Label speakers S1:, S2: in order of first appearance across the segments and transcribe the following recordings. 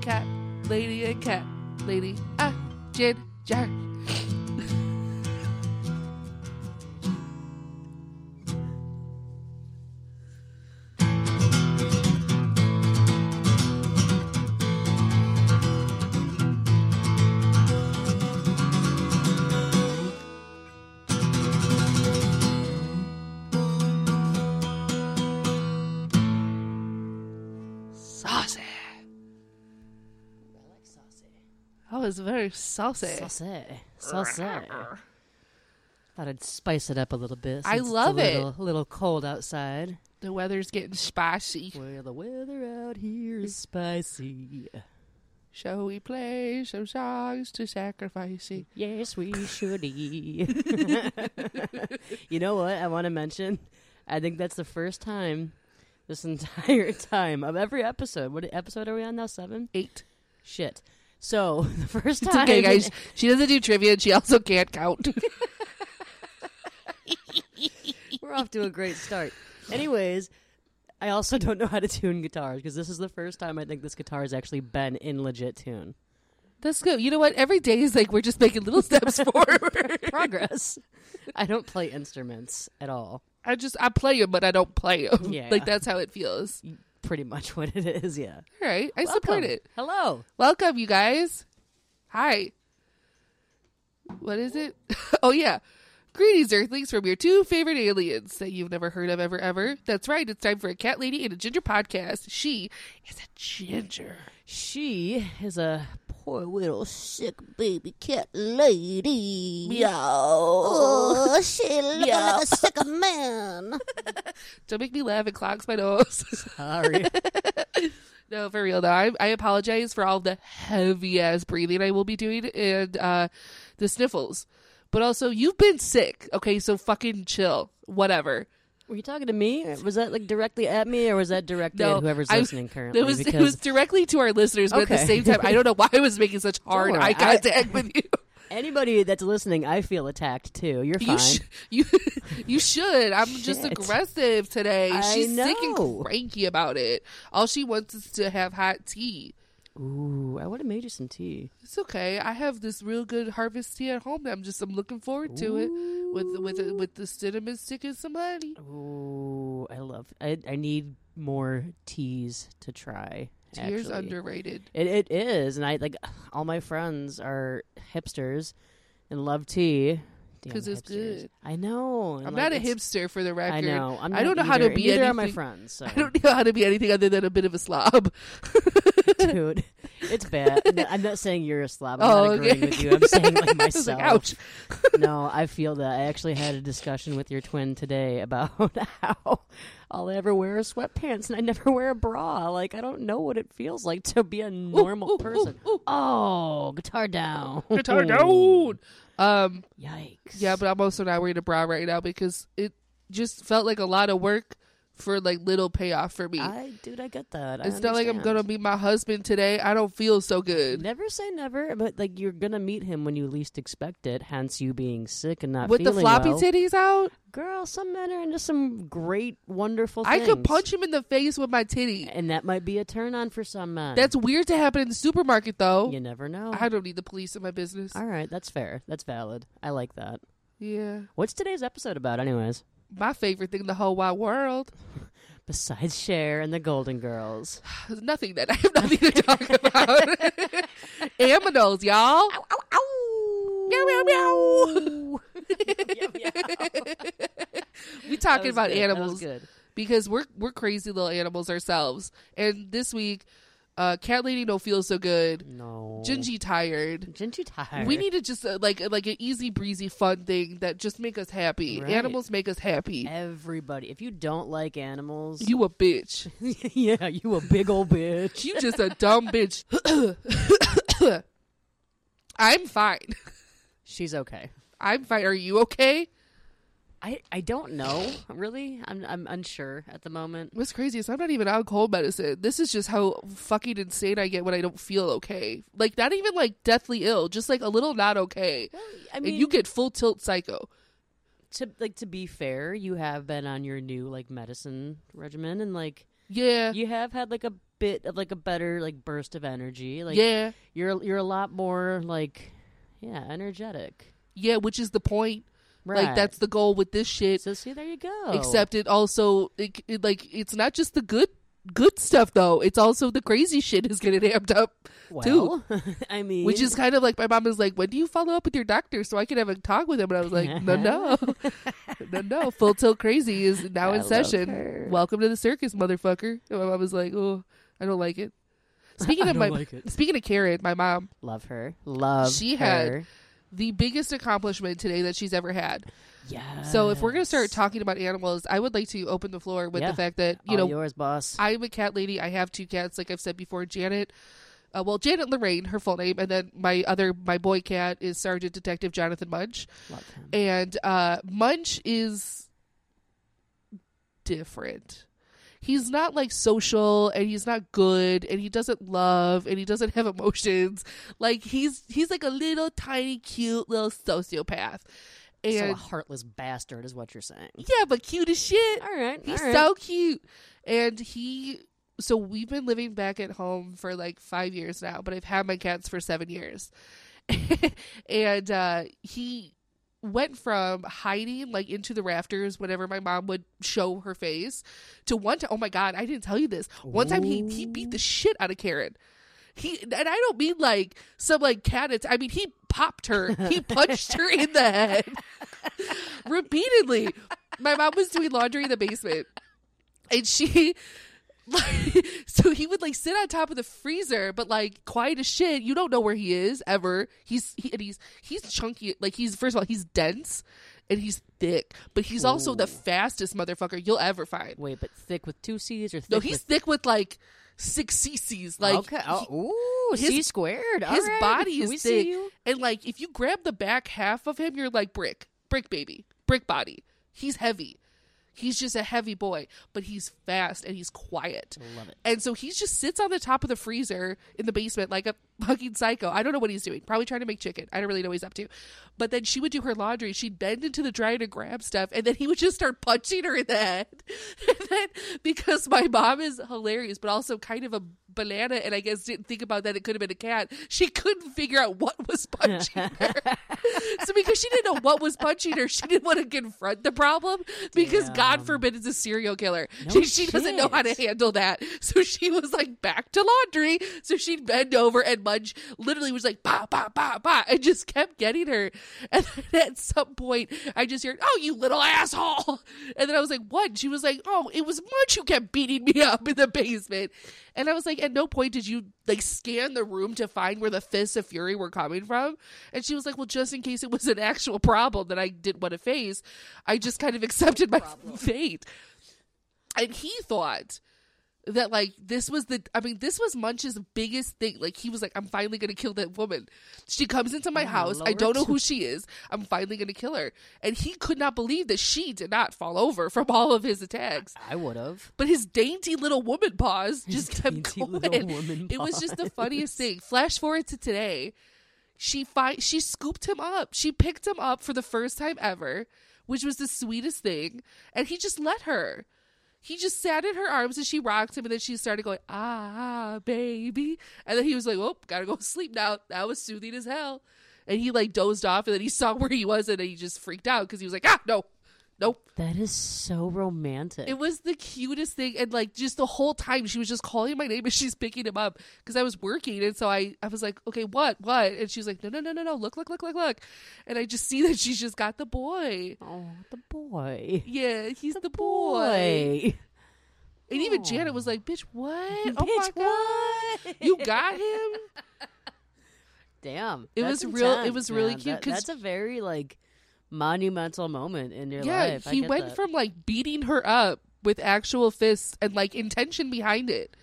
S1: cat, lady a cat, lady a ginger. Saucy.
S2: I like saucy.
S1: That was very saucy.
S2: Saucy. Saucy. Thought I'd spice it up a little bit.
S1: I
S2: since it's
S1: love
S2: a
S1: it.
S2: little, little cold outside.
S1: The weather's getting spicy.
S2: Well, the weather out here is spicy.
S1: Shall we play some songs to sacrificing?
S2: Yes, we should. you know what? I want to mention. I think that's the first time this entire time of every episode. What episode are we on now? Seven.
S1: Eight.
S2: Shit. So the first
S1: It's
S2: time.
S1: okay, guys. She doesn't do trivia and she also can't count.
S2: We're off to a great start. Anyways, I also don't know how to tune guitars because this is the first time I think this guitar has actually been in legit tune.
S1: That's good. You know what? Every day is like we're just making little steps forward.
S2: Progress. I don't play instruments at all.
S1: I just I play them, but I don't play them.
S2: Yeah.
S1: Like that's how it feels.
S2: Pretty much what it is, yeah.
S1: All right, I support
S2: Welcome.
S1: it.
S2: Hello.
S1: Welcome, you guys. Hi. What is it? oh yeah. Greetings, Earthlings, from your two favorite aliens that you've never heard of ever, ever. That's right. It's time for a cat lady and a ginger podcast. She is a ginger.
S2: She is a poor little sick baby cat lady. Meow.
S3: Oh, she looking like a sick man.
S1: Don't make me laugh. It clogs my nose.
S2: Sorry.
S1: No, for real though. I, I apologize for all the heavy ass breathing I will be doing and uh, the sniffles. But also, you've been sick. Okay, so fucking chill. Whatever.
S2: Were you talking to me? Was that like directly at me or was that directed
S1: No,
S2: at whoever's
S1: I-
S2: listening currently?
S1: it was
S2: because
S1: it was directly to our listeners, but at the
S2: Okay.
S1: same time, I don't know why I was making such hard
S2: worry,
S1: eye
S2: I-
S1: contact with you.
S2: anybody that's listening, I feel attacked too. You're fine.
S1: You sh- you you should. I'm just
S2: Shit.
S1: aggressive today.
S2: I
S1: She's sick and
S2: know.
S1: cranky about it. All she wants is to have hot tea.
S2: Ooh, I would have made you some tea.
S1: It's okay. I have this real good harvest tea at home. That I'm just I'm looking forward to it with with with the cinnamon stick and some honey.
S2: Ooh, I love. I I need more teas to try.
S1: Tears
S2: actually.
S1: underrated.
S2: It it is, and I like all my friends are hipsters and love tea. Damn
S1: 'Cause it's
S2: hipsters.
S1: good.
S2: I know. and,
S1: I'm
S2: like,
S1: not a
S2: it's-
S1: hipster for the record.
S2: I know. I'm
S1: I
S2: not
S1: don't know how to
S2: either, and
S1: be
S2: Neither are my
S1: anything-
S2: friends. So.
S1: I don't know how to be anything other than a bit of a slob.
S2: dude. It's bad. No, I'm not saying you're a slob. I'm
S1: Oh,
S2: not agreeing
S1: okay.
S2: with you. I'm saying like
S1: I was
S2: myself.
S1: like, ouch.
S2: no, I feel that. I actually had a discussion with your twin today about how I'll ever wear is sweatpants and I never wear a bra. Like I don't know what it feels like to be a normal
S1: ooh, ooh,
S2: person.
S1: ooh.
S2: Oh, guitar down.
S1: Guitar down. Um,
S2: Yikes.
S1: yeah, but I'm also not wearing a bra right now because it just felt like a lot of work for like little payoff for me.
S2: I dude, I get that. I
S1: it's not like I'm
S2: understand.
S1: gonna meet my husband today. I don't feel so good.
S2: Never say never, but like you're gonna meet him when you least expect it. Hence, you being sick and not
S1: With the
S2: feeling
S1: floppy
S2: well.
S1: titties out,
S2: Girl, some men are into some great, wonderful.
S1: I
S2: things.
S1: could punch him in the face with my titty.
S2: and that might be a turn on for some men.
S1: That's weird to happen in the supermarket, though.
S2: you never know.
S1: I don't need the police in my business.
S2: All right, that's fair. That's valid. I like that.
S1: yeah,
S2: What's today's episode about, anyways?
S1: my favorite thing in the whole wide world.
S2: Besides Cher and the Golden Girls,
S1: There's nothing that I have nothing to talk about. Aminos, y'all. Meow, meow, meow. we
S2: That
S1: talking
S2: was
S1: about
S2: good. That was
S1: animals
S2: good.
S1: because we're we're crazy little animals ourselves. And this week, uh, cat lady don't feel so good.
S2: No,
S1: Gingy tired.
S2: Gingy tired.
S1: We need to just uh, like like an easy breezy fun thing that just make us happy.
S2: Right.
S1: Animals make us happy.
S2: everybody. If you don't like animals,
S1: You a bitch.
S2: yeah, you a big old bitch.
S1: You just a dumb bitch. I'm fine.
S2: She's okay.
S1: I'm fine. Are you okay?
S2: I, I don't know really. I'm I'm unsure at the moment.
S1: What's crazy is I'm not even on cold medicine. This is just how fucking insane I get when I don't feel okay. Like not even like deathly ill, just like a little not okay.
S2: I mean,
S1: and you get full tilt psycho.
S2: to like to be fair, you have been on your new like medicine regimen, and like
S1: Yeah.
S2: You have had like a bit of like a better like burst of energy. Like
S1: yeah.
S2: you're you're a lot more like yeah, energetic.
S1: Yeah, which is the point.
S2: Right.
S1: Like that's the goal with this shit.
S2: so see there you go.
S1: Except it also it, it, like it's not just the good good stuff though. It's also the crazy shit is getting amped up too.
S2: well, I mean
S1: Which is kind of like my mom is like, when do you follow up with your doctor so I can have a talk with him? And I was like, no, no, no, no. Full tilt crazy is now
S2: I
S1: in
S2: love
S1: session.
S2: her.
S1: Welcome to the circus, motherfucker. And my mom was like, oh, I don't like it. Speaking
S2: I
S1: of my,
S2: don't like it.
S1: speaking of Karen, my mom,
S2: love her. Love
S1: She had-
S2: her.
S1: the biggest accomplishment today that she's ever had.
S2: Yeah.
S1: So if we're gonna start talking about animals, I would like to open the floor with
S2: Yeah.
S1: the fact that you know
S2: All yours, boss.
S1: I'm a cat lady. I have two cats, like I've said before. Janet, uh, well, Janet Lorraine, her full name, and then my other my boy cat is Sergeant Detective Jonathan Munch,
S2: love him.
S1: and uh, Munch is different. He's not like social, and he's not good, and he doesn't love, and he doesn't have emotions. Like he's he's like a little tiny, cute little sociopath,
S2: so a
S1: and
S2: heartless bastard is what you're saying.
S1: yeah, but cute as shit.
S2: All right.
S1: He's
S2: all right.
S1: so cute. And he so we've been living back at home for like 5 years now, but I've had my cats for 7 years. and uh he went from hiding like into the rafters whenever my mom would show her face to one time oh my god, I didn't tell you this. One time he he beat the shit out of Karen. He and I don't mean like some like cat. att- I mean he popped her. He punched her in the head repeatedly. My mom was doing laundry in the basement, and she. Like, so he would like sit on top of the freezer, but like quiet as shit. You don't know where he is ever. He's he, and he's he's chunky. Like he's first of all he's dense, and he's thick, but he's also the fastest motherfucker you'll ever find.
S2: Wait, but thick with two C's or thick
S1: No, he's
S2: with
S1: thick with like six cc's. Like
S2: okay.
S1: he-
S2: Oh, ooh,
S1: his-
S2: C squared. All
S1: his
S2: right.
S1: body
S2: we
S1: is
S2: see
S1: thick,
S2: you.
S1: and like if you grab the back half of him, you're like brick, brick baby, brick body. He's heavy. He's just a heavy boy, but he's fast and he's quiet.
S2: Love it.
S1: And so he just sits on the top of the freezer in the basement like a fucking psycho. I don't know what he's doing. Probably trying to make chicken. I don't really know what he's up to. But then she would do her laundry. She'd bend into the dryer to grab stuff, and then he would just start punching her in the head. And then because my mom is hilarious, but also kind of a banana, and I guess didn't think about that it could have been a cat. She couldn't figure out what was punching her. so because she didn't know what was punching her, she didn't want to confront the problem because God
S2: Damn.
S1: forbid it's a serial killer.
S2: No
S1: she, she doesn't know how to
S2: shit.
S1: handle that. So she was like back to laundry. So she'd bend over and Mudge literally was like bah bah bah bah and just kept getting her. And then at some point I just heard, Oh, you little asshole And then I was like, What? And she was like, Oh, it was Mudge who kept beating me up in the basement And I was like, At no point did you like scan the room to find where the fists of fury were coming from? And she was like, Well, just in case it was an actual problem that I didn't want to face, I just kind of accepted my fate and he thought that like this was the i mean this was munch's biggest thing like he was like i'm finally gonna kill that woman she comes into my house i don't know
S2: Lord.
S1: who she is i'm finally gonna kill her and he could not believe that she did not fall over from all of his attacks
S2: I would have.
S1: but his dainty little woman paws just kept
S2: dainty
S1: going
S2: little woman
S1: it was just the funniest thing flash forward to today she fi- she scooped him up she picked him up for the first time ever which was the sweetest thing and he just let her he just sat in her arms and she rocked him and then she started going ah baby and then he was like oh gotta go to sleep now that was soothing as hell and he like dozed off and then he saw where he was and then he just freaked out because he was like ah no nope
S2: That is so romantic.
S1: it was the cutest thing, and like just the whole time she was just calling my name and she's picking him up because I was working, and so I I was like, okay, what, what, and she was like, no, no, no, no, no, look, look, look, look, look, and I just see that she's just got the boy.
S2: oh, the boy.
S1: Yeah, he's the, boy.
S2: Boy.
S1: And even Janet was like, bitch, what? oh my
S2: Bitch,
S1: god,
S2: what?
S1: you got him.
S2: Damn.
S1: It
S2: that's
S1: was real- it
S2: intense,
S1: was really
S2: man.
S1: cute
S2: That-
S1: 'cause-
S2: that's a very like monumental moment in your
S1: yeah,
S2: life. I
S1: he
S2: get
S1: went
S2: that.
S1: from like beating her up with actual fists and like intention behind it.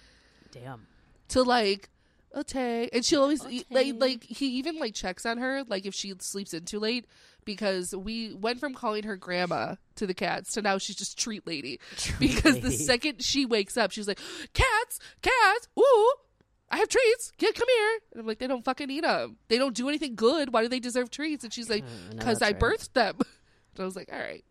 S2: damn.
S1: to like okay and she'll always
S2: Okay.
S1: like like he even like checks on her like if she sleeps in too late because we went from calling her grandma to the cats to now she's just treat lady because the
S2: lady.
S1: second she wakes up she's like cats cats ooh I have treats. Yeah, come here. And I'm like, they don't fucking eat them. They don't do anything good. Why do they deserve treats? And she's like,
S2: Uh, no,
S1: because
S2: that's
S1: I
S2: right.
S1: birthed them. And I was like, all right.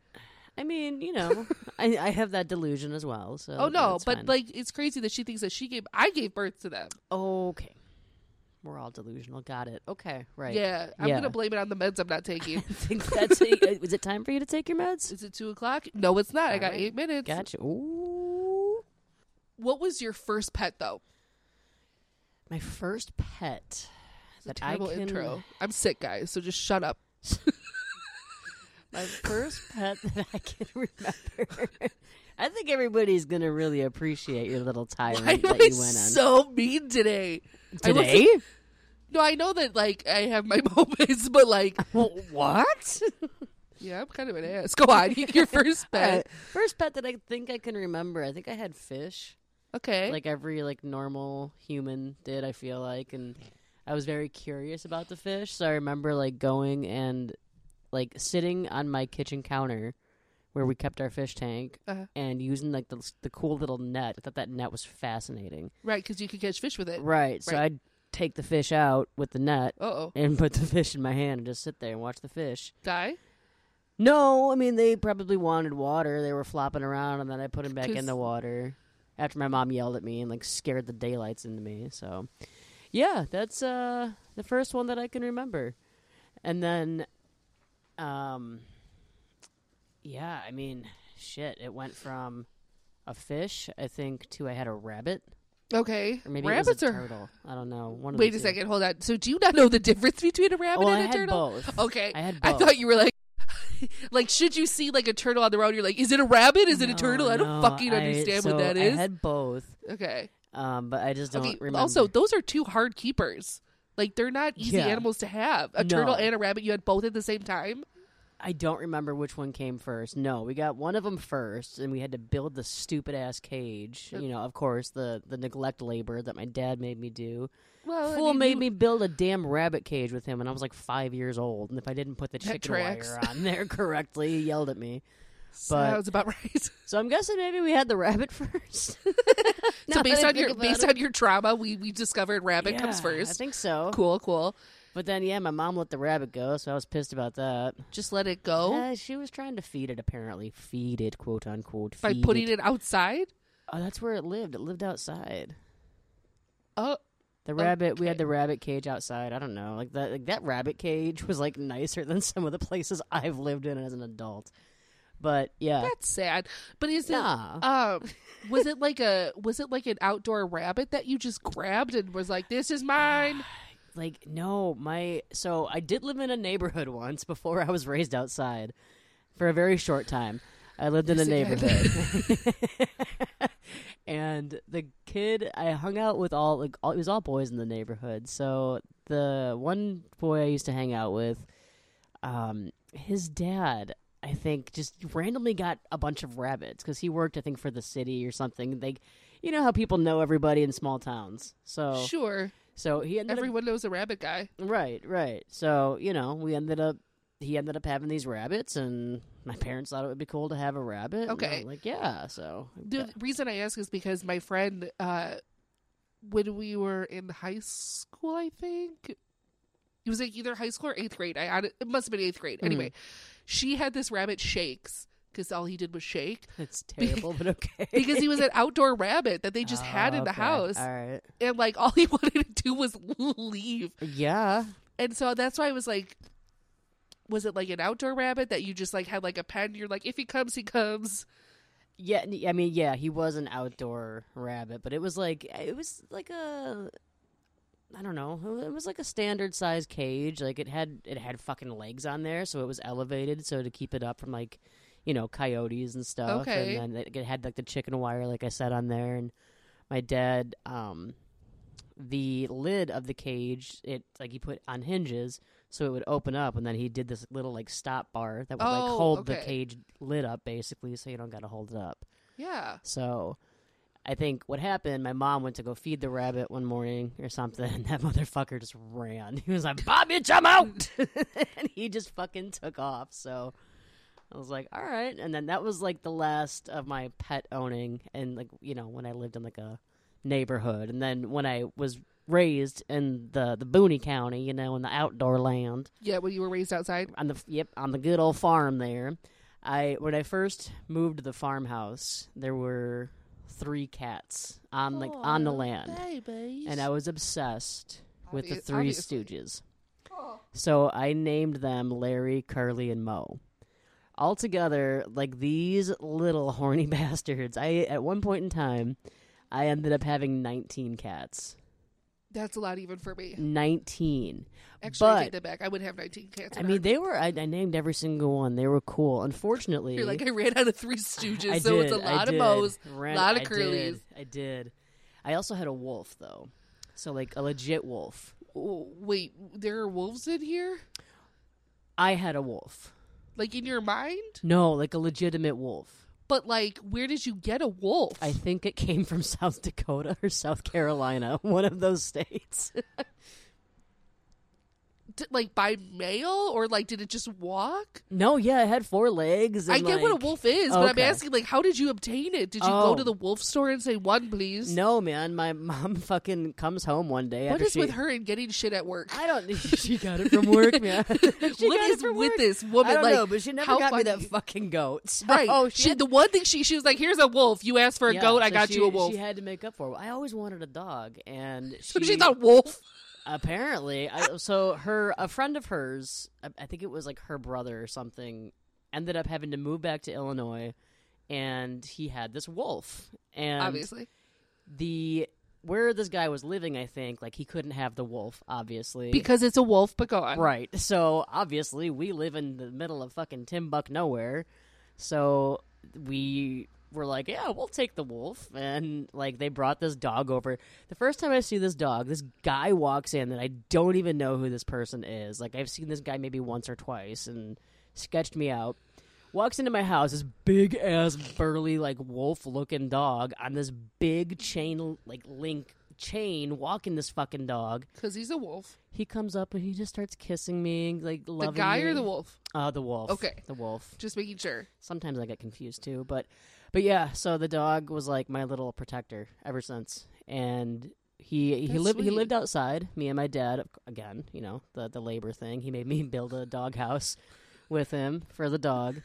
S2: I mean, you know, I, I have that delusion as well. So
S1: oh no,
S2: that's
S1: but
S2: fine.
S1: like it's crazy that she thinks that she gave I gave birth to them.
S2: okay, we're all delusional. Got it. Okay, right.
S1: Yeah, I'm
S2: Yeah.
S1: gonna blame it on the meds I'm not
S2: I
S1: taking.
S2: think that's. it. Was it time for you to take your meds?
S1: Is it two o'clock? No, it's not. I got
S2: Alright.
S1: eight minutes.
S2: Gotcha. Ooh,
S1: What was your first pet though?
S2: my first pet.
S1: It's a
S2: that I
S1: terrible
S2: can-
S1: intro. I'm sick, guys, so just shut up.
S2: My first pet that I can remember. I think everybody's gonna really appreciate your little
S1: Why
S2: tirade
S1: am
S2: that
S1: I
S2: you went on
S1: so mean today? I wasn't-
S2: today.
S1: No, I know that like I have my moments, but like
S2: Well, what?
S1: yeah, I'm kind of an ass. Go on, your first pet.
S2: Uh, first pet that I think I can remember. I think I had fish,
S1: Okay,
S2: like every like normal human did. I feel like, and I was very curious about the fish, so I remember like going and like sitting on my kitchen counter where we kept our fish tank
S1: Uh-huh.
S2: and using like the the cool little net. I thought that net was fascinating.
S1: right? Because you can catch fish with it.
S2: Right. So
S1: Right.
S2: I'd take the fish out with the net
S1: Oh,
S2: and put the fish in my hand and just sit there and watch the fish.
S1: die.
S2: No, I mean they probably wanted water. They were flopping around, and then I put them back in
S1: Just-
S2: the water after my mom yelled at me and like scared the daylights into me. So, yeah, that's uh the first one that I can remember. And then, um, yeah, I mean, shit, it went from a fish, I think, to I had a rabbit,
S1: Okay,
S2: or maybe
S1: rabbits
S2: it was a
S1: are.
S2: turtle. I don't know. One of the
S1: Wait a
S2: two.
S1: second, hold on. So do you not know the difference between a rabbit
S2: Well,
S1: and
S2: I
S1: a
S2: had
S1: turtle? Oh,
S2: both.
S1: Okay,
S2: I had
S1: I
S2: both.
S1: thought you were like. Like, should you see like a turtle on the road? You're like, is it a rabbit? Is it a
S2: No,
S1: turtle? I don't
S2: no,
S1: fucking
S2: I-
S1: understand
S2: so
S1: what that is.
S2: I had both.
S1: okay,
S2: Um, but I just don't
S1: okay.
S2: remember.
S1: Also, those are two hard keepers. Like, they're not easy
S2: Yeah.
S1: animals to have. A
S2: No.
S1: turtle and a rabbit, you had both at the same time.
S2: I don't remember which one came first. No, we got one of them first, and we had to build the stupid ass cage. You know, of course, the the neglect labor that my dad made me do.
S1: Well, Oh, I
S2: Fool
S1: mean,
S2: made
S1: you-
S2: me build a damn rabbit cage with him, and I was like five years old. And if I didn't put the chicken
S1: tracks.
S2: wire on there correctly, he yelled at me. but-
S1: sounds about right.
S2: So I'm guessing maybe we had the rabbit first.
S1: so based on your based on your trauma, we we discovered rabbit comes
S2: I
S1: first.
S2: think so.
S1: Cool, cool.
S2: But then, yeah, my mom let the rabbit go, so I was pissed about that.
S1: Just let it go
S2: Uh, she was trying to feed it, apparently. Feed it, quote unquote.
S1: by
S2: feed
S1: putting it outside.
S2: Oh, that's where it lived. It lived outside.
S1: Oh,
S2: The rabbit. We had
S1: Okay.
S2: the rabbit cage outside. I don't know. Like that. Like that rabbit cage was like nicer than some of the places I've lived in as an adult. But yeah,
S1: that's sad. But is it
S2: nah.
S1: um was it like a was it like an outdoor rabbit that you just grabbed and was like this is mine
S2: like no, my. So I did live in a neighborhood once before I was raised outside for a very short time. I lived in a
S1: Yes, you did.
S2: neighborhood, and the kid I hung out with all like all, it was all boys in the neighborhood. So the one boy I used to hang out with, um, his dad I think just randomly got a bunch of rabbits because he worked I think for the city or something. They, you know how people know everybody in small towns, so
S1: sure
S2: so he ended up
S1: everyone knows a rabbit guy
S2: Right, right. So, you know, we ended up he ended up having these rabbits and my parents thought it would be cool to have a rabbit. and I'm
S1: Okay.
S2: like, yeah, so
S1: the reason i ask is because my friend uh when we were in high school i think it was like either high school or eighth grade i hon- it must have been eighth
S2: Mm-hmm.
S1: grade anyway she had this rabbit shakes because all he did was shake
S2: it's terrible, but okay.
S1: because he was an outdoor rabbit that they just had
S2: Oh,
S1: in the
S2: okay.
S1: house
S2: All right.
S1: and like all he wanted to do was leave
S2: Yeah.
S1: And so that's why I was like, was it like an outdoor rabbit that you just like had like a pen? You're like, if he comes, he comes.
S2: Yeah, n- I mean, yeah, he was an outdoor rabbit, but it was like it was like a I don't know. It was like a standard size cage. Like it had it had fucking legs on there, so it was elevated so to keep it up from like, you know, coyotes and stuff.
S1: Okay.
S2: And then it- it had like the chicken wire like I said on there and my dad um the lid of the cage, it like he put on hinges so it would open up and then he did this little like stop bar that would like
S1: Oh,
S2: hold the
S1: okay.
S2: cage lid up basically so you don't got to hold it up.
S1: Yeah.
S2: So I think what happened, my mom went to go feed the rabbit one morning or something, and that motherfucker just ran. He was like, Bob, bitch, I'm out! and he just fucking took off. So I was like, all right. And then that was like the last of my pet owning, and like, you know, when I lived in like a neighborhood. And then when I was raised in the, the Booney County, you know, in the outdoor land,
S1: Yeah. When you were raised outside.
S2: on the yep on the good old farm there. I when I first moved to the farmhouse, there were three cats on like on the land,
S1: Babies.
S2: and I was obsessed with the
S1: Obvious-
S2: Three
S1: obviously.
S2: Stooges. So I named them Larry, Curly, and Moe. Altogether, like these little horny bastards. I at one point in time, I ended up having 19 cats.
S1: That's a lot even for me.
S2: 19.
S1: Actually, I
S2: But-
S1: take that back. I would have 19 cats.
S2: I
S1: in a
S2: mean,
S1: heartbeat.
S2: they were. I, I named every single one. They were cool. Unfortunately,
S1: You're like, I ran out of three stooges,
S2: I
S1: so it's a
S2: did, I
S1: lot of
S2: did.
S1: mows, a
S2: Ran-
S1: lot of
S2: I
S1: curlies.
S2: did, I did. I also had a wolf though, so like a legit wolf.
S1: Oh, Wait, there are wolves in here?
S2: I had a wolf.
S1: Like in your mind?
S2: No, like a legitimate wolf.
S1: But like, where did you get a wolf?
S2: I think it came from South Dakota or South Carolina, one of those states.
S1: D- like by mail, or like did it just walk?
S2: no, yeah, it had four legs.
S1: I
S2: and,
S1: get what a
S2: like-
S1: wolf is, but I'm
S2: Okay.
S1: asking like, how did you obtain it? Did you go
S2: Oh.
S1: to the wolf store and say one, please?
S2: No, man, my mom fucking comes home one day.
S1: What
S2: after
S1: is
S2: she,
S1: with her and getting shit at work?
S2: I don't. She got it from work, man. She
S1: What
S2: got it
S1: is
S2: from
S1: with
S2: work.
S1: this woman?
S2: I don't
S1: like,
S2: know, but she never
S1: how
S2: got me that
S1: funny.
S2: fucking goat. So
S1: Right.
S2: Oh, she
S1: she, the one thing she she was like, "Here's a wolf. You asked for a
S2: Yeah,
S1: goat. I
S2: so
S1: got
S2: she-
S1: you a wolf."
S2: She had to make up for it. I always wanted a dog, and she,
S1: so she thought wolf.
S2: apparently. I, so her, a friend of hers, I, I think it was like her brother or something, ended up having to move back to Illinois, and he had this wolf, and
S1: Obviously,
S2: the where this guy was living, I think, like he couldn't have the wolf, obviously.
S1: because it's a wolf pecan.
S2: Right. So obviously, we live in the middle of fucking Timbuk nowhere. So we were like, yeah, we'll take the wolf. And like, they brought this dog over. The first time I see this dog, this guy walks in that I don't even know who this person is. Like, I've seen this guy maybe once or twice and sketched me out. Walks into my house, this big ass burly like wolf looking dog on this big chain like link chain walking this fucking dog
S1: Because he's a wolf.
S2: he comes up and he just starts kissing me, like loving
S1: the guy
S2: me.
S1: or the wolf?
S2: Uh, the wolf.
S1: Okay.
S2: the wolf.
S1: Just making sure.
S2: Sometimes I get confused too, but but yeah. So the dog was like my little protector ever since, and he he
S1: That's
S2: lived he
S1: sweet.
S2: lived outside. Me and my dad again, you know the the labor thing. He made me build a dog house with him for the dog.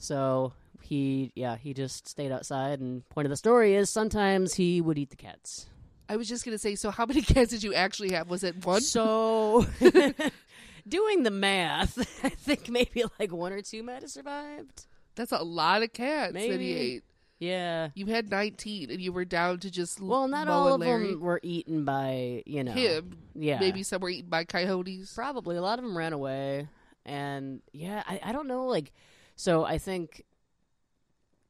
S2: So he yeah he just stayed outside. And point of the story is sometimes he would eat the cats.
S1: I was just gonna say. So, how many cats did you actually have? Was it one?
S2: So, doing the math, I think maybe like one or two might have survived.
S1: That's a lot of cats. That he
S2: Maybe.
S1: ate.
S2: Yeah.
S1: You had 19, and you were down to just
S2: Well, not
S1: Mo
S2: all
S1: and
S2: of
S1: Larry.
S2: them were eaten by you know
S1: Him,
S2: Yeah,
S1: maybe some were eaten by coyotes.
S2: probably a lot of them ran away, and yeah, I, I don't know. Like, so I think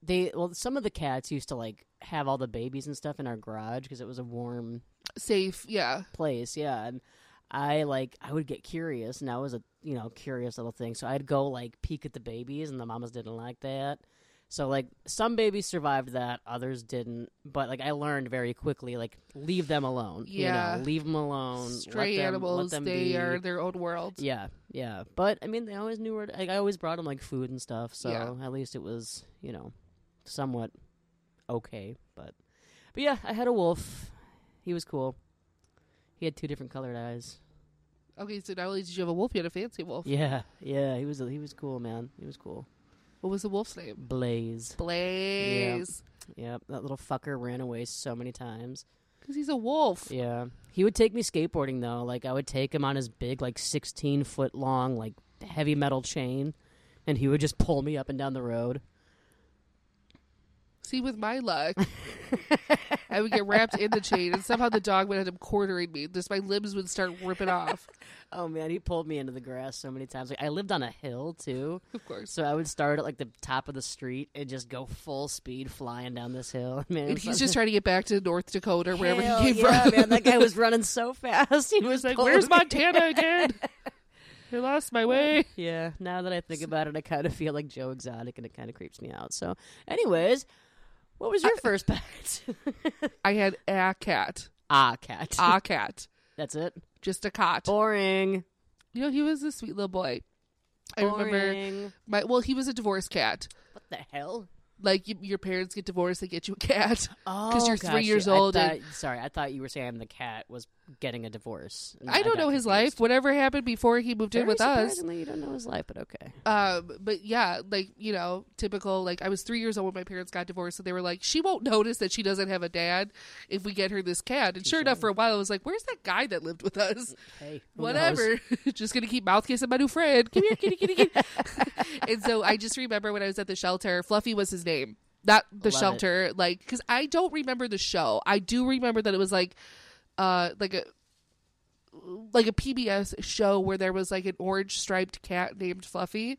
S2: they well, some of the cats used to like have all the babies and stuff in our garage because it was a warm
S1: Safe, yeah.
S2: place yeah and i like i would get curious and i was a you know curious little thing so i'd go like peek at the babies and the mamas didn't like that so like some babies survived that others didn't but like i learned very quickly like leave them alone
S1: Yeah.
S2: you know leave them alone Let
S1: Stray
S2: them- let
S1: animals,
S2: them
S1: they
S2: be.
S1: are their own world.
S2: yeah yeah but i mean they always knew where to, like, i always brought them like food and stuff so
S1: Yeah.
S2: at least it was you know somewhat okay but but yeah i had a wolf he was cool he had two different colored eyes
S1: Okay, so not only did you have a wolf, you had a fancy wolf.
S2: yeah yeah he was he was cool man he was cool
S1: What was the wolf's name?
S2: blaze
S1: Blaze.
S2: yeah that little fucker ran away so many times
S1: Because he's a wolf.
S2: yeah he would take me skateboarding though like i would take him on his big like 16 foot long like heavy metal chain and he would just pull me up and down the road
S1: See, with my luck, I would get wrapped in the chain, and somehow the dog would end up quartering me. Just my limbs would start ripping off.
S2: Oh man, he pulled me into the grass so many times. Like I lived on a hill too,
S1: Of course.
S2: so I would start at like the top of the street and just go full speed flying down this hill. Man, it
S1: And
S2: was
S1: he's
S2: like-
S1: just trying to get back to North Dakota, wherever
S2: Hell
S1: he came
S2: yeah,
S1: from.
S2: man, that guy was running so fast. He was
S1: It's like,
S2: pulling
S1: where's
S2: me."
S1: Montana again? I lost my way.
S2: Yeah, now that I think about it, I kind of feel like Joe Exotic, and it kind of creeps me out. So, anyways, what was your first pet?
S1: I had a cat.
S2: ah, cat.
S1: A cat.
S2: That's it.
S1: Just a cat.
S2: Oh. Boring.
S1: You know, he was a
S2: Oh,
S1: sweet little boy. I remember
S2: Boring.
S1: my well, he was a divorced cat.
S2: What the hell?
S1: like you, your parents get divorced, they get you a cat.
S2: Oh,
S1: 'Cause you're three
S2: gotcha.
S1: years
S2: I
S1: old
S2: thought-
S1: and-
S2: sorry, I thought you were saying the cat was getting a divorce. and
S1: I don't
S2: got
S1: know his
S2: confused.
S1: life. Whatever happened before he moved in
S2: Very
S1: with us.
S2: surprisingly, you don't know his life, but okay.
S1: Um, but yeah, like you know, typical. Like I was three years old when my parents got divorced, and they were like, "She won't notice that she doesn't have a dad if we get her this cat." And sure enough, for a while, I was like, "Where's that guy that lived with us?"
S2: Hey, who knows?
S1: Whatever. just gonna keep mouth kissing my new friend. Come here, kitty, kitty, kitty. and so I just remember when I was at the shelter, Fluffy was his name, not the
S2: Love it.
S1: shelter. Like, because I don't remember the show. I do remember that it was like, uh, like a. Like a PBS show where there was like an orange striped cat named Fluffy,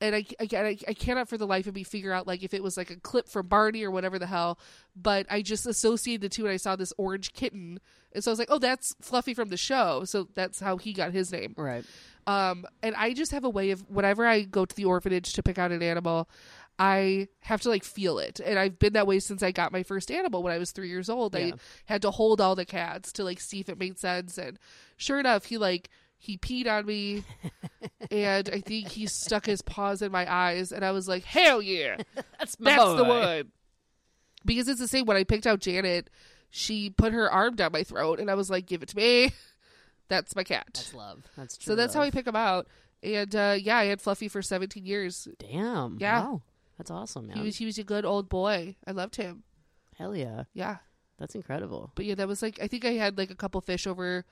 S1: and I again I, I cannot for the life of me figure out like if it was like a clip from Barney or whatever the hell, but I just associated the two and I saw this orange kitten, and so I was like, oh, that's Fluffy from the show, so that's how he got his name.
S2: Right.
S1: Um, and I just have a way of whenever I go to the orphanage to pick out an animal, I have to like feel it, and I've been that way since I got my first animal when I was three years old. I
S2: Yeah.
S1: had to hold all the cats to like see if it made sense, and sure enough, he like he peed on me, and I think he stuck his paws in my eyes, and I was like, hell yeah.
S2: That's my
S1: That's the
S2: boy.
S1: one. Because it's the same. When I picked out Janet, she put her arm down my throat, and I was like, "Give it to me." That's my cat.
S2: That's love. That's true.
S1: so that's how I
S2: love.
S1: pick them out. And uh, yeah, I had Fluffy for 17 years.
S2: Damn.
S1: Yeah.
S2: Wow. That's awesome, man.
S1: He was he was a good old boy. I loved him.
S2: Hell yeah.
S1: Yeah,
S2: That's incredible.
S1: but yeah, that was like I think I had like a couple fish over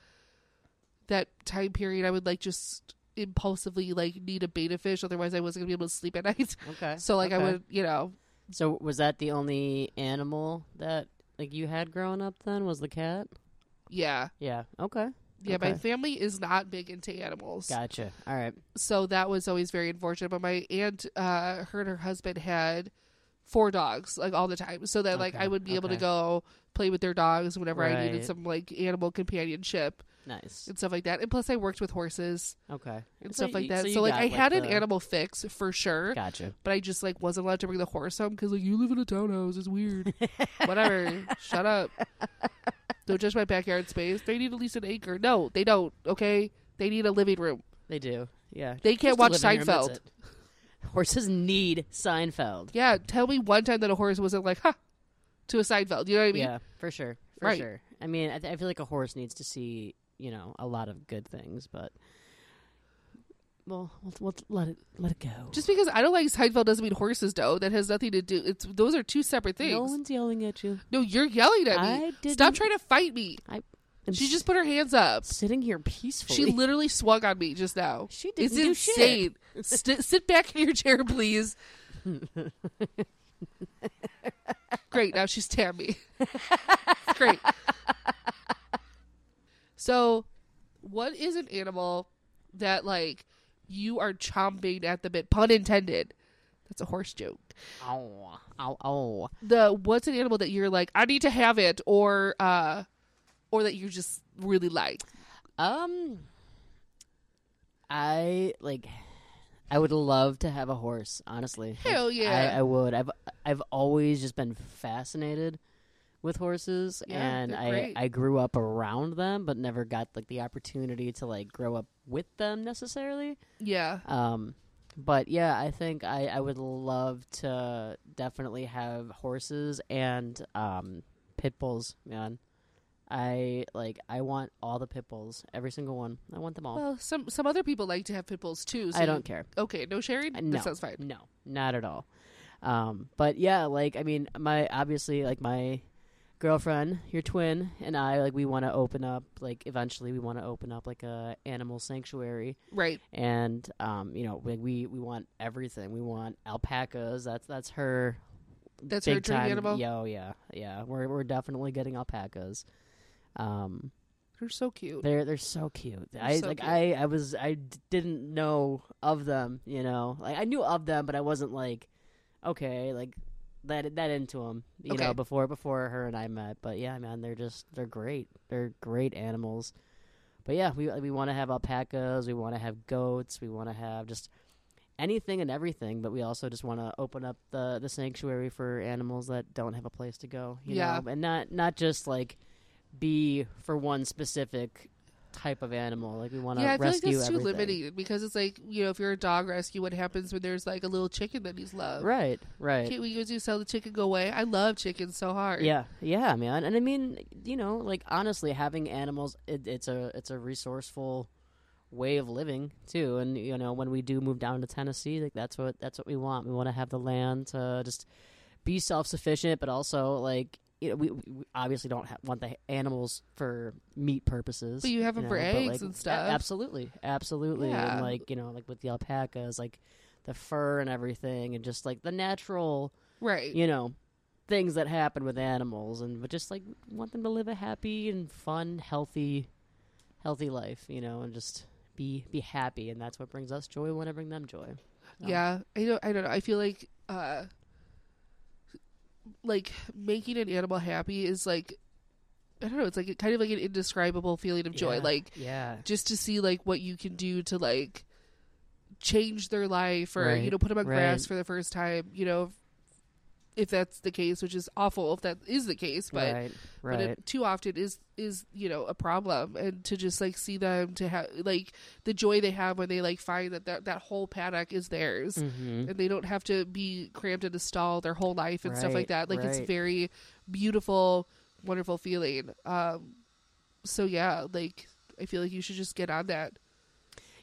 S1: that time period. I would like just impulsively like need a beta fish, otherwise I wasn't gonna be able to sleep at night.
S2: Okay.
S1: So like I would, you know,
S2: So was that the only animal that like you had growing up? Then was the cat?
S1: yeah,
S2: Yeah. Okay.
S1: yeah. My
S2: Okay.
S1: family is not big into animals.
S2: Gotcha. All right.
S1: so that was always very unfortunate. But my aunt, uh, her and her husband had four dogs like all the time, so that like
S2: Okay,
S1: I would be able to
S2: okay.
S1: go play with their dogs whenever I needed
S2: Right.
S1: some like animal companionship
S2: Nice.
S1: and stuff like that. And plus, I worked with horses
S2: Okay.
S1: and
S2: So
S1: stuff like
S2: you-
S1: that. So,
S2: you
S1: like
S2: got,
S1: I had an
S2: the-
S1: animal fix for sure,
S2: Gotcha.
S1: but I just like wasn't allowed to bring the horse home because like you live in a townhouse, it's weird. Whatever, shut up. Don't judge my backyard space. They need at least an acre. No, they don't. Okay, they need a living room.
S2: They do. Yeah.
S1: They can't watch
S2: Just a living room, that's
S1: Seinfeld.
S2: it. Horses need Seinfeld.
S1: Yeah, tell me one time that a horse wasn't like, huh, to a Seinfeld. You know what I mean?
S2: Yeah, for sure. For
S1: Right.
S2: sure. I mean, I, th- I feel like a horse needs to see, you know, a lot of good things, but well, we'll, we'll let it let it go.
S1: Just because I don't like Seinfeld doesn't mean horses do. That has nothing to do. It's those are two separate things.
S2: no
S1: No,
S2: one's yelling at you.
S1: you're yelling at
S2: I
S1: me.
S2: didn't-
S1: Stop trying to fight me.
S2: I'm
S1: She
S2: s-
S1: just put her hands up.
S2: sitting here peacefully.
S1: She literally swung on me just now.
S2: She
S1: It's
S2: didn't do shit.
S1: insane. St- sit back in your chair, please. Great. Now she's stabbed me. It's great. So, what is an animal that like you are chomping at the bit? Pun intended. That's a horse joke.
S2: ow, ow, ow.
S1: The what's an animal that you're like I need to have it, or uh, or that you just really like?
S2: Um, I like. I would love to have a horse. Honestly, Like,
S1: Hell yeah.
S2: I, I would. I've I've always just been fascinated with horses,
S1: Yeah,
S2: and
S1: they're
S2: I
S1: great.
S2: I grew up around them, but never got like the opportunity to like grow up with them necessarily.
S1: Yeah.
S2: Um, but yeah, I think I I would love to definitely have horses and um pit bulls, man. I like I want all the pit bulls, every single one. I want them all.
S1: Well, some some other people like to have pit bulls too. So
S2: I don't care.
S1: Okay, no sharing.
S2: Uh, No,
S1: That sounds fine.
S2: No, not at all. Um, but yeah, like I mean, my obviously like my girlfriend, your twin, and I like we want to open up like eventually we want to open up like a animal sanctuary,
S1: Right.
S2: and um, you know we we, we want everything. We want alpacas. That's that's her.
S1: That's her
S2: big
S1: dream
S2: time-
S1: animal?
S2: Yeah, oh, yeah, yeah. We're we're definitely getting alpacas. Um,
S1: They're so cute.
S2: they're they're so cute. I
S1: so
S2: like
S1: cute.
S2: I I was I d- didn't know of them. You know, like I knew of them, but I wasn't like okay, like that that into them. You
S1: Okay.
S2: know, before before her and I met. But yeah, man, they're just they're great. They're great animals. But yeah, we we want to have alpacas. We want to have goats. We want to have just anything and everything. But we also just want to open up the the sanctuary for animals that don't have a place to go. You
S1: Yeah.
S2: know, and not not just like be for one specific type of animal. Like we want to
S1: yeah, I feel like
S2: rescue
S1: that's too
S2: everything.
S1: limiting because it's like you know if you're a dog rescue, what happens when there's like a little chicken that he's loved?
S2: Right, right.
S1: Can't we just sell the chicken go away? I love chicken so hard.
S2: Yeah, yeah, man. And I mean, you know, like honestly, having animals, it, it's a it's a resourceful way of living too. And you know, when we do move down to Tennessee, like that's what that's what we want. We want to have the land to just be self sufficient, but also like you know, we, we obviously don't ha- want the animals for meat purposes.
S1: But you have 'em for
S2: but,
S1: eggs
S2: like,
S1: and stuff.
S2: a- absolutely, absolutely.
S1: Yeah.
S2: And like you know, like with the alpacas, like the fur and everything, and just like the natural
S1: Right.
S2: you know things that happen with animals and but just like want them to live a happy and fun healthy healthy life you know and just be be happy and that's what brings us joy we want to bring them joy Um,
S1: Yeah, I don't. I don't know. I feel like, uh, like making an animal happy is like, I don't know. It's like a- kind of like an indescribable feeling of joy.
S2: Yeah,
S1: Like
S2: yeah
S1: just to see like what you can do to like change their life or you
S2: Right,
S1: know put them on grass
S2: right.
S1: for the first time. You know, if that's the case, which is awful if that is the case, but.
S2: right
S1: But
S2: right
S1: it, too often is is you know a problem, and to just like see them to have like the joy they have when they like find that that, that whole paddock is theirs,
S2: mm-hmm.
S1: and they don't have to be crammed in a stall their whole life and stuff like
S2: Right,
S1: that. Like it's
S2: right.
S1: very beautiful, wonderful feeling. Um, so yeah, like I feel like you should just get on that.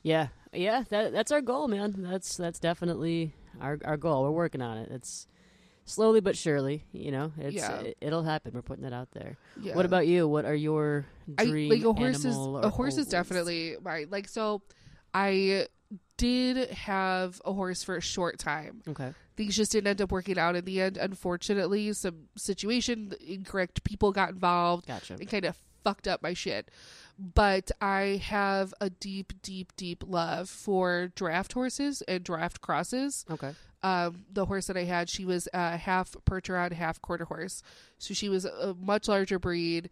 S2: yeah yeah that, that's our goal man that's that's definitely our, our goal we're working on it it's slowly but surely you know it's
S1: Yeah.
S2: it, it'll happen we're putting it out there
S1: Yeah.
S2: what about you what are your
S1: I,
S2: dream
S1: like a horse is
S2: animal or
S1: a horse is
S2: goals?
S1: definitely mine. Like so, I did have a horse for a short time.
S2: okay
S1: Things just didn't end up working out in the end. Unfortunately, some situation incorrect people got involved.
S2: gotcha
S1: It kind of fucked up my shit. But I have a deep, deep, deep love for draft horses and draft crosses.
S2: okay
S1: Um, the horse that I had, she was a half Percheron, half quarter horse. So she was a much larger breed.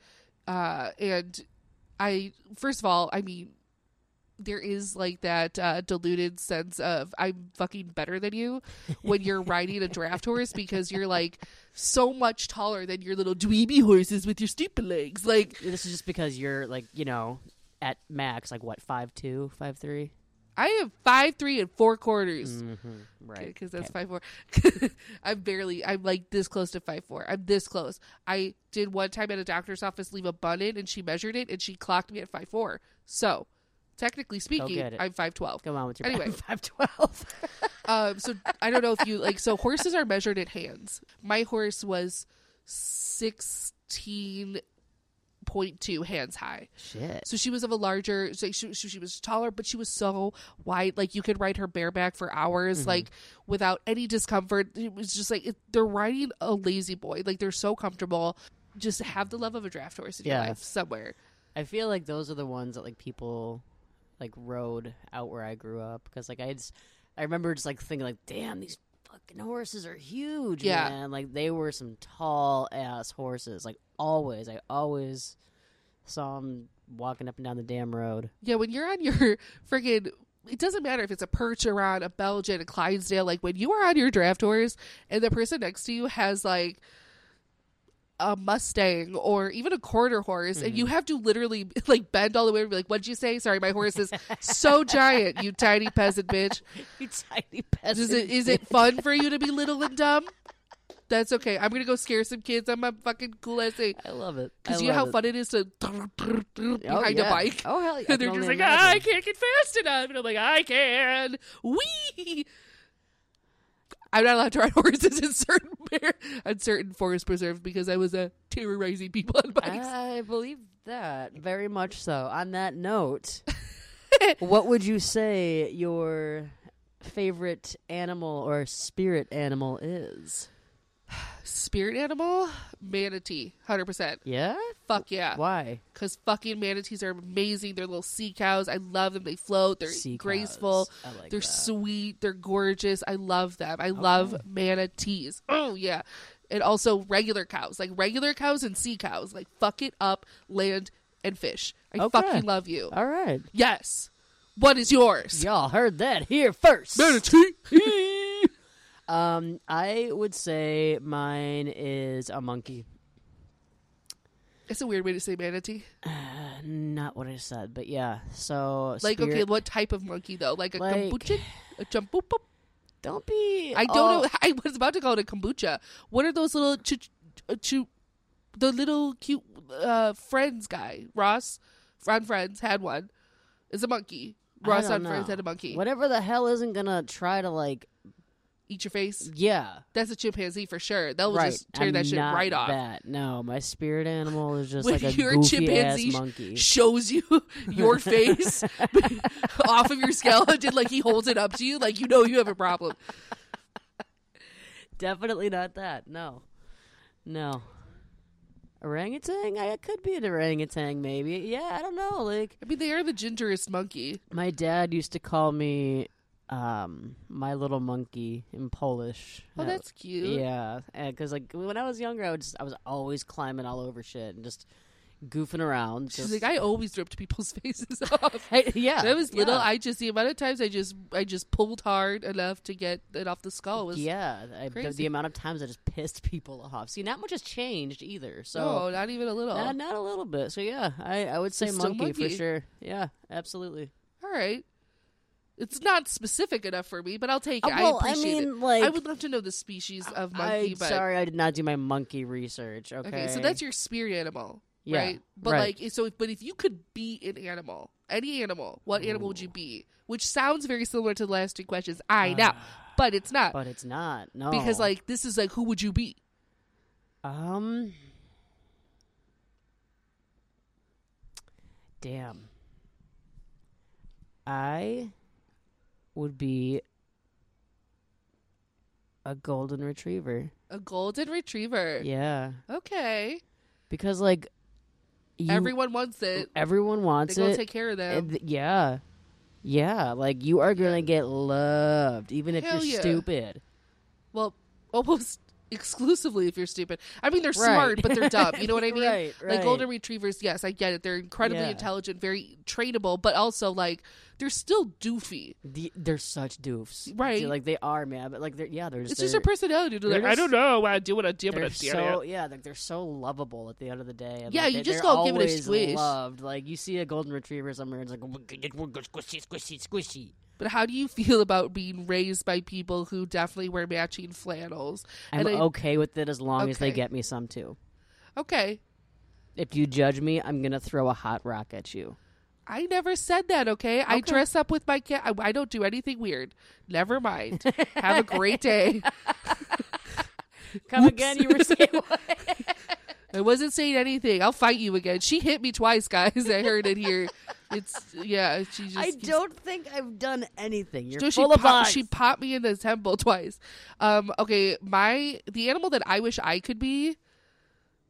S1: Uh, and I, first of all, I mean, there is like that uh, diluted sense of I'm fucking better than you when you're riding a draft horse because you're like so much taller than your little dweeby horses with your stupid legs. Like,
S2: This is just because you're like, you know, at max, like what, five two, five three?
S1: I am five three and four quarters
S2: Mm-hmm.
S1: because that's five four. I'm barely. I'm like this close to five four. I'm this close. I did one time at a doctor's office leave a bun in, and she measured it, and she clocked me at five four. So, technically speaking,
S2: get it.
S1: I'm five twelve.
S2: Come on with your
S1: Anyway.
S2: five twelve.
S1: Um, so I don't know if you like. So horses are measured at hands. My horse was sixteen point two hands high.
S2: Shit.
S1: So she was of a larger, so she, she, she was taller, but she was so wide. Like you could ride her bareback for hours, like without any discomfort. It was just like it, they're riding a lazy boy. Like they're so comfortable. Just have the love of a draft horse in your
S2: Yeah.
S1: life somewhere.
S2: I feel like those are the ones that like people like rode out where I grew up because like I just I remember just like thinking like, damn, these fucking horses are huge,
S1: Yeah.
S2: man. Like they were some tall ass horses. Like always, I always saw them walking up and down the damn road.
S1: Yeah, when you're on your friggin', it doesn't matter if it's a Percheron, a Belgian, a Clydesdale. Like when you are on your draft horse and the person next to you has like a Mustang or even a quarter horse, and you
S2: Mm-hmm.
S1: have to literally like bend all the way and be like, "What'd you say? Sorry, my horse is so giant, you tiny peasant bitch."
S2: you tiny peasant.
S1: Is it is it fun for you to be little and dumb? That's okay. I'm gonna go scare some kids on my fucking cool essay
S2: I love it. I
S1: because you know
S2: love
S1: how
S2: it.
S1: fun it is to behind
S2: Oh,
S1: a
S2: yeah.
S1: bike.
S2: Oh hell yeah! I
S1: And they're
S2: can
S1: just
S2: only
S1: like, "Ah, I
S2: imagine.
S1: can't get fast enough. And I'm like, I can. Wee. I'm not allowed to ride horses in certain bear, on certain forest preserves because I was uh, terrorizing people on bikes.
S2: I believe that very much so. On that note, what would you say your favorite animal or spirit animal is?
S1: Spirit animal, manatee, hundred percent.
S2: Yeah.
S1: Fuck yeah,
S2: Why?
S1: because fucking manatees are amazing. They're little sea cows. I love them. They float. They're
S2: Sea
S1: graceful.
S2: cows. I like
S1: They're
S2: that.
S1: sweet. They're gorgeous. I love them. I love manatees. Oh yeah, and also regular cows, like regular cows and sea cows. Like fuck it up, land and fish. I
S2: Okay.
S1: fucking love you.
S2: All right.
S1: Yes. What is yours?
S2: Y'all heard that here first.
S1: Manatee.
S2: Um, I would say mine is a monkey.
S1: It's a weird way to say manatee.
S2: Uh, not what I said, but yeah. So
S1: Like,
S2: spirit-
S1: okay, what type of monkey though? Like a
S2: Like-
S1: kombucha, a champupa.
S2: don't be.
S1: I don't
S2: all-
S1: know. I was about to call it a kombucha. What are those little chu chu- chu- the little cute uh, friends guy Ross on Friends had one. It's a monkey.
S2: I
S1: Ross
S2: don't
S1: on Friends
S2: know.
S1: had a monkey.
S2: Whatever the hell isn't gonna try to like.
S1: Eat your face.
S2: Yeah,
S1: That's a chimpanzee for sure. They'll
S2: right.
S1: just tear
S2: I'm
S1: that shit
S2: not
S1: right off.
S2: That no, my spirit animal is just
S1: When
S2: like a
S1: you're a
S2: goofy ass
S1: chimpanzee, sh-
S2: monkey.
S1: Shows you your face off of your skeleton, like he holds it up to you, like you know you have a problem.
S2: Definitely not that. No, no. Orangutan? I could be an orangutan, maybe. Yeah, I don't know. Like
S1: I mean, they are the gingerest monkey.
S2: My dad used to call me um my little monkey in Polish.
S1: Oh,
S2: And I-
S1: that's cute.
S2: yeah, because like when I was younger, I would just, I was always climbing all over shit and just goofing around.
S1: She's
S2: just-
S1: like, I always ripped people's faces off.
S2: Hey, yeah,
S1: When I was little,
S2: yeah.
S1: I just the amount of times I just I just pulled hard enough to get it off the skull was
S2: yeah, I, the,
S1: crazy.
S2: the amount of times I just pissed people off. See, not much has changed either.
S1: no,
S2: So
S1: not even a little.
S2: not, not a little bit. So yeah, I I would say
S1: It's still
S2: monkey, for
S1: monkey.
S2: sure. Yeah, absolutely.
S1: All right, it's not specific enough for me, but I'll take it.
S3: Uh, well,
S1: I
S3: I
S1: appreciate
S3: mean,
S1: it.
S3: like-
S1: I would love to know the species of monkey.
S2: I,
S1: but
S2: sorry, I did not do my monkey research. Okay,
S1: okay, so that's your spirit animal,
S2: Yeah,
S1: right? But
S2: right.
S1: like, so but if you could be an animal, any animal, what animal would you be? Which sounds very similar to the last two questions. I know, but it's not
S2: Uh, but it's not no
S1: because like this is like who would you be?
S2: Um. Damn. I would be a golden retriever.
S1: A golden retriever.
S2: Yeah,
S1: Okay,
S2: because like you,
S1: everyone wants it.
S2: everyone
S1: They
S2: wants
S1: gonna
S2: it.
S1: take care of them.
S2: and th- yeah, yeah. Like you are gonna get loved, even if
S1: Hell
S2: you're
S1: yeah.
S2: stupid.
S1: well, almost exclusively if you're stupid. I mean, they're
S2: Right.
S1: smart, but they're dumb. You know what I mean?
S2: Right,
S1: Like
S2: right.
S1: golden retrievers, yes, I get it. They're incredibly
S2: Yeah.
S1: intelligent, very trainable, but also like they're still doofy.
S2: The, they're such doofs,
S1: Right.
S2: Like they are, man. But like they're yeah, they're just
S1: It's just
S2: they're-
S1: their personality. They're
S2: they're
S1: like, I don't
S2: just-
S1: know why I do what I do, but I
S2: they're
S1: do
S2: so
S1: it.
S2: yeah, like they're so lovable at the end of the day. and,
S1: Yeah,
S2: like,
S1: you
S2: they-
S1: just
S2: they're
S1: go give it a
S2: always
S1: squish.
S2: Loved, like you see a golden retriever somewhere, it's like "We're gonna get- we're gonna squishy, squishy, squishy.
S1: But how do you feel about being raised by people who definitely wear matching flannels?
S2: I'm
S1: I-
S2: okay with it as long as they
S1: Okay.
S2: get me some too.
S1: okay,
S2: If you judge me, I'm gonna throw a hot rock at you.
S1: I never said that, okay? I dress up with my cat. I, I don't do anything weird. Never mind. Have a great day.
S2: Come again, you were saying what?
S1: I wasn't saying anything. I'll fight you again. She hit me twice, guys. I heard it here. It's yeah. She just
S2: I
S1: keeps-
S2: don't think I've done anything. You're
S1: No, she
S2: full of
S1: pop-
S2: lies.
S1: she popped me in the temple twice. Um, okay, my the animal that I wish I could be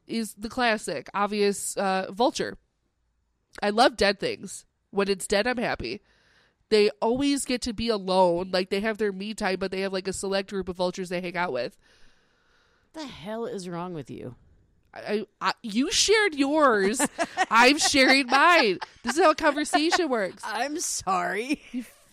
S1: is the classic, obvious uh, vulture. I love dead things. When it's dead, I'm happy. They always get to be alone. Like they have their me time, but they have like a select group of vultures they hang out with.
S2: What the hell is wrong with you?
S1: I, I you shared yours. I'm sharing mine. This is how a conversation works.
S2: I'm sorry.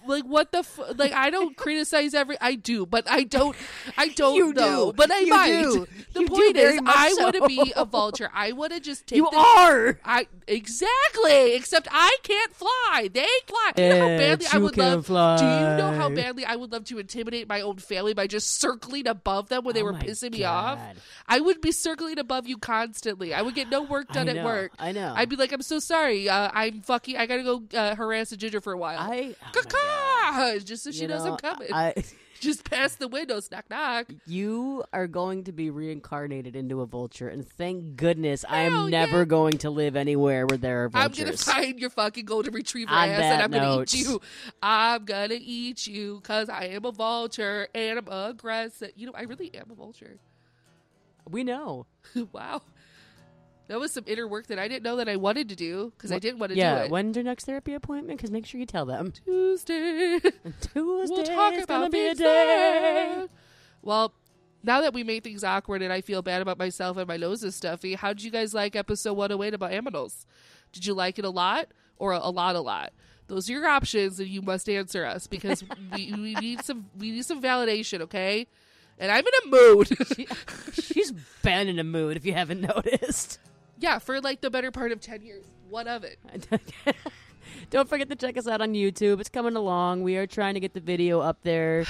S1: Like what the f- like I don't criticize every I do, but I don't I don't
S2: You
S1: know,
S2: do.
S1: but I
S2: You
S1: might.
S2: do.
S1: The
S2: You do
S1: point
S2: very
S1: is
S2: much
S1: I
S2: so.
S1: want to be a vulture. I want to just take
S2: You
S1: the-
S2: are.
S1: I exactly. Except I can't fly. They fly. Do you know how
S2: Yes,
S1: badly I
S2: you
S1: would
S2: can
S1: love. Do you know how
S2: fly.
S1: badly I would love to intimidate my own family by just circling above them when they
S2: Oh
S1: were
S2: my
S1: pissing me off?
S2: God.
S1: I would be circling above you constantly. I would get no work done
S2: I
S1: at
S2: know, Oh.
S1: work.
S2: I know.
S1: I'd be like, I'm so sorry. Uh, I'm fucking. I gotta go uh, harass a ginger for a while.
S2: I. oh my God.
S1: Caw-caw! Just so she
S2: You
S1: knows
S2: know,
S1: I'm coming.
S2: I.
S1: just past the windows. Knock knock.
S2: You are going to be reincarnated into a vulture, and thank goodness I
S1: Hell
S2: am never going to live anywhere where there are
S1: I'm gonna
S2: vultures.
S1: find your fucking golden retriever
S2: On
S1: ass and
S2: that
S1: I'm gonna
S2: note.
S1: eat you. I'm gonna eat you because I am a vulture and I'm aggressive. You know, I really am a vulture.
S2: we know.
S1: wow. That was some inner work that I didn't know that I wanted to do because I didn't want to do
S2: Yeah,
S1: it.
S2: when's your next therapy appointment? Because make sure you tell them.
S1: Tuesday.
S2: Tuesday
S1: we'll talk
S2: is
S1: about
S2: gonna be a
S1: things
S2: day.
S1: then. Well, now that we made things awkward and I feel bad about myself and my nose is stuffy, how did you guys like episode 108 about aminals? Did you like it a lot or a lot, a lot? Those are your options, and you must answer us because we, we need some we need some validation, okay? And I'm in a mood.
S2: She's been in a mood if you haven't noticed.
S1: Yeah, for like the better part of 10 years. What of it?
S2: Don't forget to check us out on YouTube. It's coming along. We are trying to get the video up there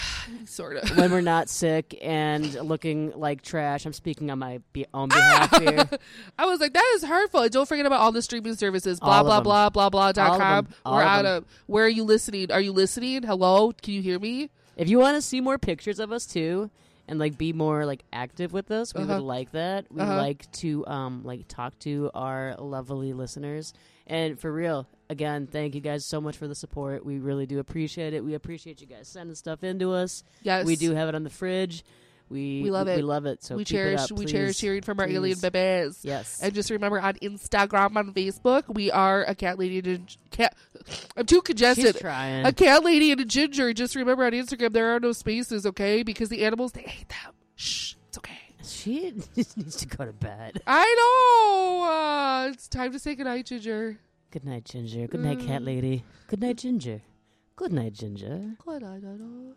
S1: Sort of.
S2: when we're not sick and looking like trash. I'm speaking on my be- own behalf here.
S1: I was like, that is hurtful. And don't forget about all the streaming services. Blah,
S2: All of
S1: blah,
S2: them.
S1: blah, blah, blah,
S2: All
S1: dot
S2: of
S1: com.
S2: them. All
S1: We're
S2: of
S1: out
S2: them.
S1: of. Where are you listening? Are you listening? Hello? Can you hear me?
S2: If you want to see more pictures of us too, and like be more like active with us, we would
S1: Uh-huh.
S2: like that. We
S1: Uh-huh.
S2: like to um like talk to our lovely listeners. And for real, again, thank you guys so much for the support. We really do appreciate it. We appreciate you guys sending stuff into us.
S1: Yes.
S2: We do have it on the fridge. We
S1: We love
S2: We
S1: it.
S2: love it. So
S1: we
S2: keep it
S1: cherish
S2: up,
S1: we
S2: please.
S1: cherish hearing from our alien
S2: Please.
S1: babies.
S2: Yes.
S1: And just remember on Instagram, on Facebook, we are a cat lady and a cat. I'm too
S2: She's
S1: congested.
S2: trying.
S1: A cat lady and a ginger. Just remember on Instagram, there are no spaces, okay? Because the animals, they hate them. Shh, it's okay.
S2: She just needs to go to bed.
S1: I know. Uh, it's time to say goodnight, Ginger.
S2: Good
S1: Mm.
S2: night, Ginger. Good night, cat lady. Good night, Ginger. Good night, Ginger.
S1: Good night, I know.